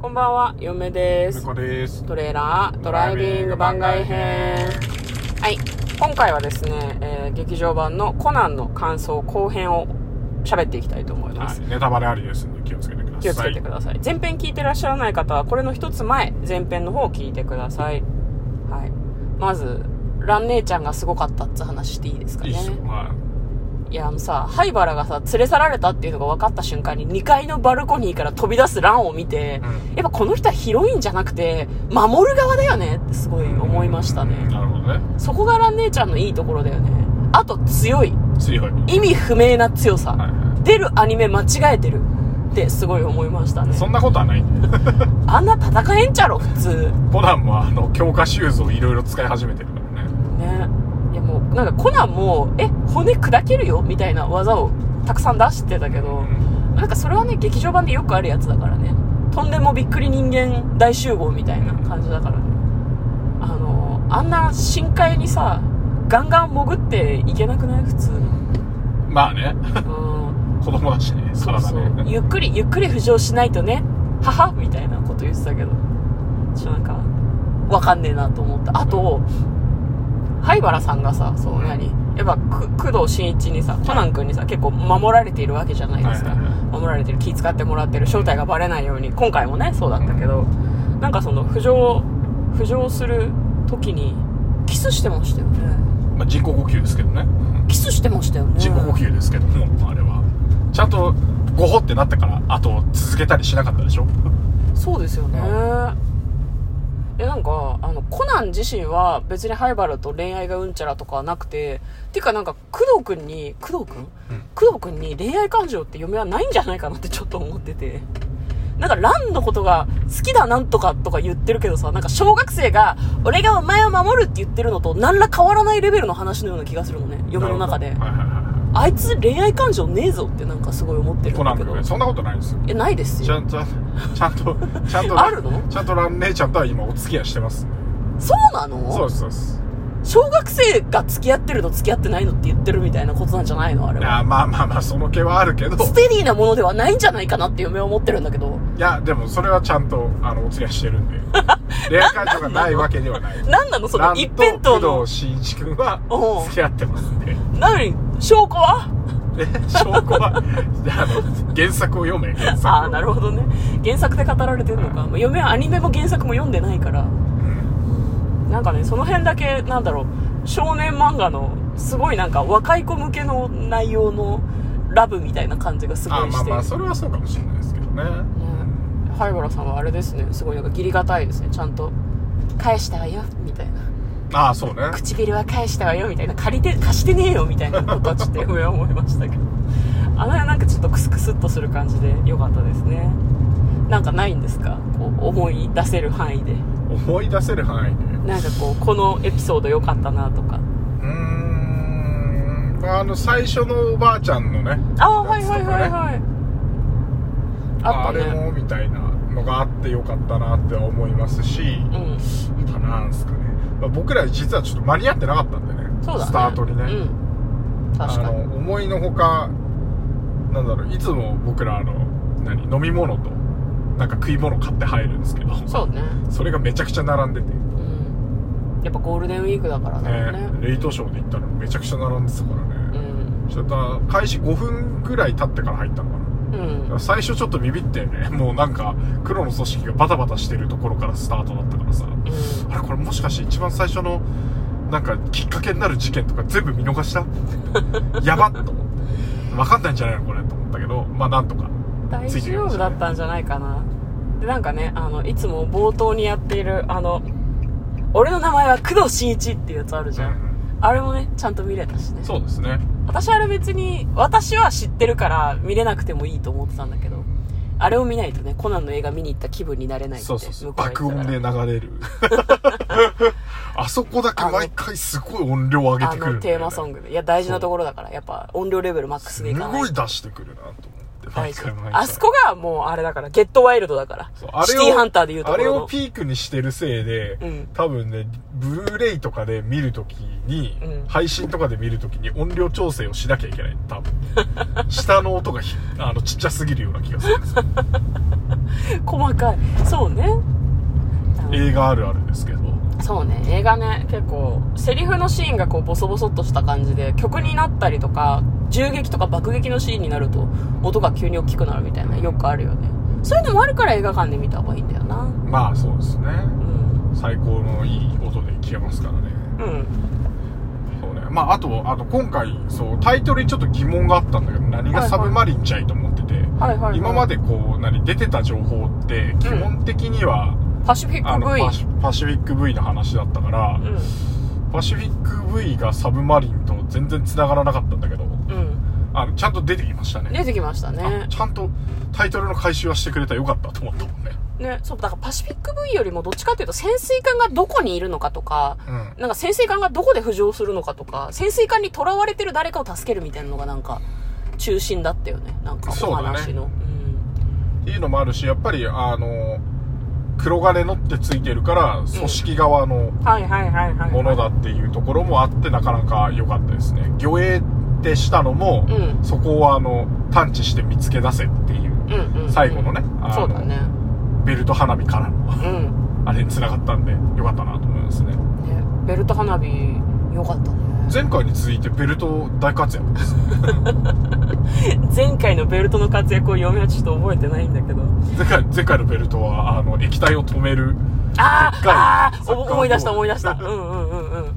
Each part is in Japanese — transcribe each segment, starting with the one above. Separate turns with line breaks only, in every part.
こんばんは、嫁です。
猫です。
トレーラードライビング番外編。はい、今回はですね、えー劇場版のコナンの感想後編を喋っていきたいと思いま
は
す
い。。ネタバレありですので気をつけてください。
気をつけてください。前編聞いてらっしゃらない方は、これの一つ前、前編の方を聞いてください。はい。まず、ラン姉ちゃんがすごかったって話していいですか
い
ね。
いっすよ。まあ、
いや、あのさ、灰原がさ、連れ去られたっていうのが分かった瞬間に、2階のバルコニーから飛び出すランを見て、
う
やっぱこの人はヒロインじゃなくて、守る側だよねってすごい思いましたね。
なるほどね。
そこがラン姉ちゃんのいいところだよね。あと、強い。
強い。はい
意味不明な強さ。
は
出るアニメ間違えてるってすごい思いましたね
い。。そんなことはないんで。
あんな戦えんちゃろ、普通。
コナンもあの、強化シューズをいろいろ使い始めてるからね。
ねいやもうなんかコナンもえ骨砕けるよみたいな技をたくさん出してたけど、
ん
なんかそれはね劇場版でよくあるやつだからねとんでもびっくり人間大集合みたいな感じだからねあのあんな深海にさガンガン潜っていけなくない普通うん
まあね、子供だしね、
そう
体
そう
ね。
ゆっくりゆっくり浮上しないとね母みたいなこと言ってたけどちょっとなんかわかんねえなと思ったあと灰原さんがさそう
うん
何やっぱく工藤新一にさコナン君にさ結構守られているわけじゃないですか、
はいはいはい
守られてる気使ってもらってる正体がバレないように今回もねそうだったけど、なんかその浮上浮上する時にキスしてましたよね
まあ、人工呼吸ですけどね。
キスしてましたよね
人工呼吸ですけども、あれは。ちゃんと、ゴホってなったから、あと続けたりしなかったでしょ
そうですよね、
う
えなんかあのコナン自身は別に灰原と恋愛がうんちゃらとかはなくてていうかなんか工藤君に工藤君、
うん
工藤君に恋愛感情って嫁はないんじゃないかなってちょっと思っててなんか蘭のことが好きだなんとかとか言ってるけどさなんか小学生が俺がお前を守るって言ってるのと何ら変わらないレベルの話のような気がするのね嫁の中で
なるほどはいはいは
あいつ恋愛感情ねえぞってなんかすごい思って
い。
る
コ
ん
ナ
だ
ン
けど
君、そんなことないですよ。
えないです
ちゃ
よ
んと、ちゃ んと、ちゃんと、
あるの
ちゃんとラン姉ちゃんとは今お付き合いしてます。
そうなの
そうです、そうです。
小学生が付き合ってるの付き合ってないのって言ってるみたいなことなんじゃないのあれは
あーまあまあまあ、その気はあるけど、
ステディなものではないんじゃないかなって嫁は思ってるんだけど
いや、でもそれはちゃんと、あの、お付き合いして るんで、恋愛感情がないわけではない。
何なのその
蘭
一辺倒
と
の
工藤新一君は
おう、
付き合ってますんで、
なのに証拠は
で証拠は、あの、原作を読め、原作を。
ああなるほどね原作で語られてるのか、嫁はアニメも原作も読んでないから
うん
なんかねその辺だけなんだろう少年漫画のすごいなんか若い子向けの内容のラブみたいな感じがす
あ
ご
ー
い
まあ
して
まあ、それはそうかもしれないですけどね。
ね灰原さんはあれですねすごいなんか義理がたいですねちゃんと返したわよみたいな
ああ、そうね。
唇は返したわよみたいな借りて貸してねえよみたいなことはちょっと上は思いましたけどあの辺なんかちょっとクスクスっとする感じで良かったですねなんかないんですかこう思い出せる範囲で
思い出せる範囲で。
なんかこうこのエピソード良かったなとか
うーん、あの、最初のおばあちゃんのね、
ああはいはいはいはいあ
あ
った
れ
ね
もみたいなのがあってよかったなって思いますし、
うん
あとなんすかね、まあ、僕ら実はちょっと間に合ってなかったんでね
そうだね
スタートにね、
うん確
あ
か
の
に
思いのほかなんだろういつも僕らあの何飲み物となんか食い物買って入るんですけど
そうね
それがめちゃくちゃ並んでて、ね
うんやっぱゴールデンウィークだからだよね
レイトショーで行ったらめちゃくちゃ並んでたから
う
ね、
ん
ちょっと開始5分ぐらい経ってから入ったのかな
うん
最初ちょっとビビってね もうなんか黒の組織がバタバタしてるところからスタートだったからさ
うん
あれこれもしかして一番最初のなんかきっかけになる事件とか全部見逃した やばっと思って分かんないんじゃないのこれと思ったけどまあなんとか
大丈夫だったんじゃないかなでなんかねあのいつも冒頭にやっているあの「俺の名前は工藤新一」っていうやつあるじゃん、あれもねちゃんと見れたしね
そうですね
私あれ別に私は知ってるから見れなくてもいいと思ってたんだけどあれを見ないとねコナンの映画見に行った気分になれないって
そうそうそ
向
う
こうが
爆
言ってた
音
から
で流れる あそこだけ毎回すごい音量上げてくる
あのテーマソ
グ
ングでいや大事なところだからやっぱ音量レベルマックス
す
でいかない
ごい
と
出してくるなと思ってって
大
毎
事
回毎。回
あそこがもうあれだから、ゲットワイルドだから。
そうあれ
シ
を
ティハンターで言うと
あ
こ
れ
ろ
を
の。
ピークにしてるせいで、
うん
多分ねブルーレイとかで見るときに、
うん
配信とかで見るときに音量調整をしなきゃいけない多 分下の音がひあのちっちゃすぎるような気がするんですよ
細かい。そうね。
映画あるあるですけど
そうね、映画ね、結構、セリフのシーンがこう、ボソボソっとした感じで、曲になったりとか、銃撃とか爆撃のシーンになると、音が急に大きくなるみたいな、よくあるよね。そういうのもあるから映画館で見た方がいいんだよな。
まあそうですね
うん。
最高のいい音で消えますからね
うん。
そうねまああとあと今回そうタイトルにちょっと疑問があったんだけど何がサブマリンじゃいと思ってて、
はいはい、はい。
今ま。でこう何出てた情報って基本的には、
パシフィ
あ
ッ
の
ク V。
パシパシフィック V の話だったから、パシフィック V がサブマリンと全然繋がらなかったんだけど
うん。うん。
あのちゃんと出てきましたね
出てきましたね
あ。ちゃんとタイトルの回収はしてくれたよかったと思ったもんね
ね、そう、だからパシフィック V よりもどっちかっていうと、潜水艦がどこにいるのかとか、
うん
なんか潜水艦がどこで浮上するのかとか、潜水艦に囚われてる誰かを助けるみたいなのがなんか、中心だったよね。なんか、
そ
お
うだね
話の。
っていうのもあるしやっぱりあの黒金のってついてるから組織側の
うんはいはいはいはい。
ものだっていうところもあってなかなか良かったですね魚影ってしたのも、
うん
そこをあの探知して見つけ出せっていう
うんうん、うん。
最後のねあの
そうだね。
ベルト花火からの
うん。
あれに繋がったんで良かったなと思いますね
ね、ベルト花火、よかったね。
前回に続いてベルト大活躍 です
前回のベルトの活躍を読みはちょっと覚えてないんだけど。
前回前回のベルトはあの液体を止める
あ
でっ
ー
かい
あ
サッ
ー
カーボール
思い出した思い出した。うんうんうんうん。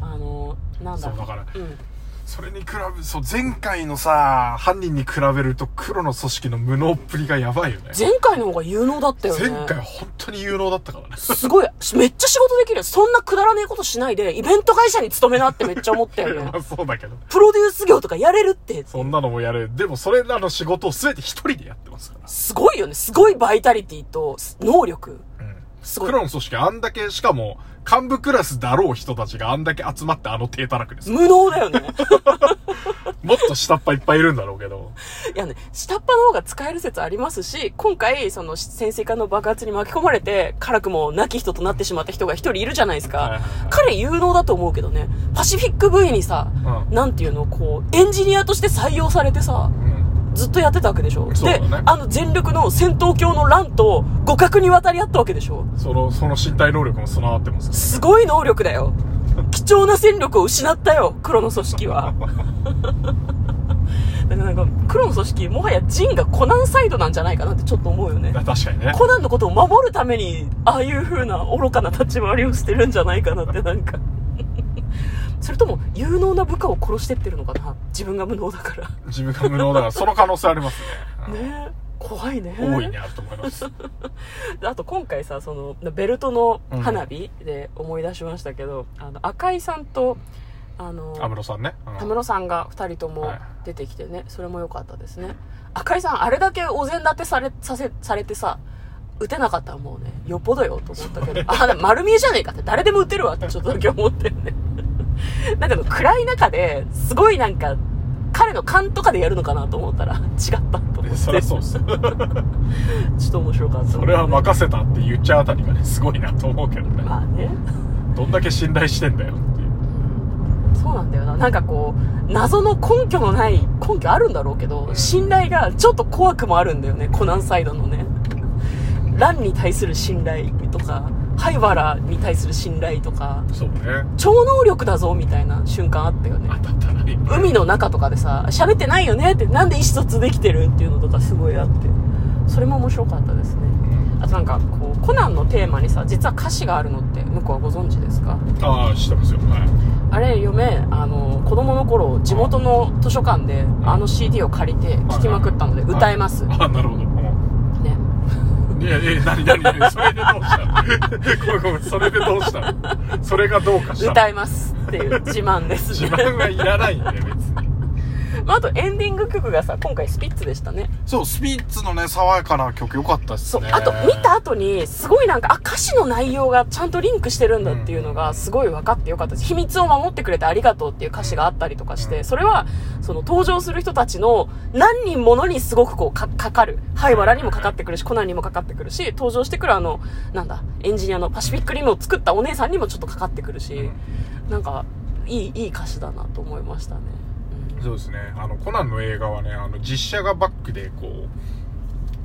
あの、なんだ
そうだから
うん。
それに比べそう前回のさ犯人に比べると黒の組織の無能っぷりがやばいよね
前回の方が有能だったよね。
前回本当に有能だったからね
すごい、めっちゃ仕事できるよ。そんなくだらねえことしないで、イベント会社に勤めなってめっちゃ思ったよね
ま。あそうだけど
プロデュース業とかやれるって、
そんなのもやるでもそれらの仕事を全て一人でやってますから
すごいよね。すごいバイタリティと、能力。すごい。
黒の組織あんだけしかも幹部クラスだろう人たちがあんだけ集まってあの低たらくですよ
無能だよね。
もっと下っ端いっぱいいるんだろうけど
いやね、下っ端の方が使える説ありますし、今回、その潜水艦の爆発に巻き込まれて、辛くも亡き人となってしまった人が一人いるじゃないです
はいは
か
いはい。
彼有能だと思うけどね、パシフィック V にさ、
う
なんていうの、こう、エンジニアとして採用されてさ、
うん
ずっとやってたわけでしょ、
そうだ
で
ね
あの全力の戦闘狂の乱と互角に渡り合ったわけでしょ
そのその身体能力も備わってますから
すごい能力だよ貴重な戦力を失ったよ黒の組織 はだからなんか黒の組織もはやジンがコナンサイドなんじゃないかなってちょっと思うよね
あ確かにね
コナンのことを守るためにああいう風な愚かな立ち回りをしてるんじゃないかなってなんかそれとも有能な部下を殺してってるのかな自分が無能だから
自分が無能だからその可能性ありますね
ねえ怖いね
うん大いにあると思います
であと今回さそのベルトの花火で思い出しましたけど、あの赤井さんとあの
安室さんね、うん
田室さんが2人とも
はい
出てきてね、それも良かったですね赤井さんあれだけお膳立てされさせされてさ打てなかったらもうねよっぽどよと思った けどあでも丸見えじゃねえかって誰でも打てるわってちょっとだけ思ったよね だけど暗い中ですごいなんか彼の勘とかでやるのかなと思ったら違ったと思
で
って
そりゃそうっす
ちょっと面白かった
それは任せたって言っちゃうあたりがねすごいなと思うけどね
まあね
どんだけ信頼してんだよっていう
そうなんだよな。なんかこう、謎の根拠のない、根拠あるんだろうけど、信頼がちょっと怖くもあるんだよね、コナンサイドのね。ランに対する信頼とか、ハイバラに対する信頼とか、
そうね
超能力だぞみたいな瞬間あったよね
当。たったらいい
海の中とかでさ、喋ってないよねって、なんで意思疎通できてるっていうのとかすごいあって、それも面白かったですね。あとなんかこう、コナンのテーマにさ、実は歌詞があるのって、向こうはご存知ですか
ああ知ってますよはい
あれ嫁あの子供の頃地元の図書館であの CD を借りて聴きまくったので
はい
歌えます、ね、
ああなるほどうんいやえ何何何それでどうしたの ごめんごめんそれでどうしたのそれがどうかしたの
歌えますっていう自慢です
自
ね
慢はいらないんだよ別に
まあ、あとエンディング曲がさ、今回スピッツでしたね。
そう、スピッツのね、爽やかな曲良かったっす
そう
ね。。
あと、見た後に、すごいなんか、あ、歌詞の内容がちゃんとリンクしてるんだっていうのが、すごい分かってよかったです。秘密を守ってくれてありがとうっていう歌詞があったりとかして、それは、その登場する人たちの何人ものにすごくこう、か、かかる。ハイワラにもかかってくるし、コナンにもかかってくるし、登場してくるあの、なんだ、エンジニアのパシフィックリムを作ったお姉さんにもちょっとかかってくるし、なんか、いい、いい歌詞だなと思いましたね。
そうですね。あの、コナンの映画はね、あの、実写がバックで、こう、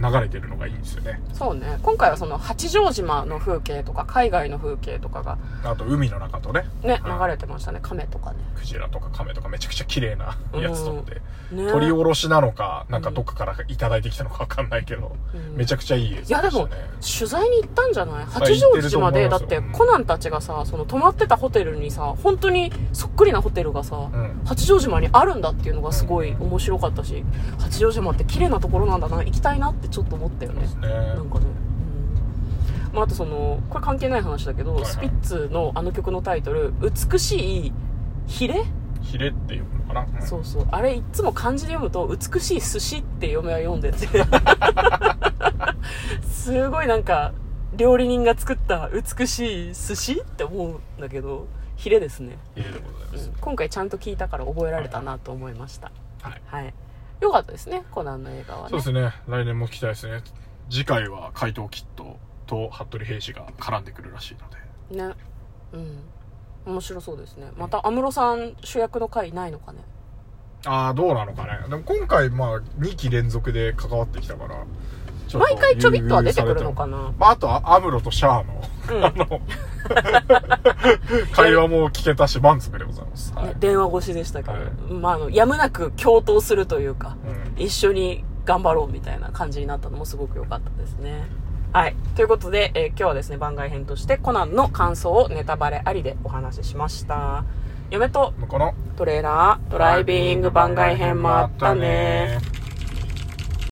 流れてるのがいいんですよね。
そうね。今回はその八丈島の風景とか海外の風景とかが
あと、海の中とね、
ね、
はい
流れてましたね。亀とかね。
クジラとかカメとかめちゃくちゃ綺麗なやつとって、
ね
取り下ろしなのか、なんかどっかからいただいてきたのかわかんないけど、
うん
めちゃくちゃいい映
いやで
像でした
も
ね。、
取材に行ったんじゃない八
行っ
丈
てると
島
思います
で、
よ
だってコナンたちがさ、その泊まってたホテルにさ、本当にそっくりなホテルがさ、
ん
八丈島にあるんだっていうのがすごい面白かったし、八丈島って綺麗なところなんだな、行きたいなってちょっと思ったよね。
そうですね
なんかね。うんまあ、あとその、これ関係ない話だけど、
はいはい
スピッツのあの曲のタイトル、美しいヒレ
ヒレっていうのかな、うん
そうそう。あれ、いつも漢字で読むと、美しい寿司って嫁は読んで て。すごいなんか、料理人が作った美しい寿司って思うんだけど、ヒレですね。
ヒレでございま
う
す。
ん今回ちゃんと聞いたから覚えられたなと思いました。
はい。
はい。よかったですね、コナンの映画はね。
そうですね。来年も期待ですね。次回は怪盗キットと服部平氏が絡んでくるらしいので。
ね。うん。面白そうですね。また、安室さん主役の回ないのかね。
ああ、どうなのかね。でも今回、まあ、2期連続で関わってきたから、ちょっと
毎回ちょびっとは出てくるのか
優遇さ
な
れても。まあ、あとは、アムロとシャアの、あ の、会話も聞けたし、満足でございます。はい。
ね、電話越しでしたけど、
はい
まあ、あの、やむなく共闘するというか、
うん
一緒に頑張ろうみたいな感じになったのもすごく良かったですね。はい。ということで、えー今日はですね、番外編としてコナンの感想をネタバレありでお話ししました。嫁と
この、
トレーラー、ドライビング番外編もあったね。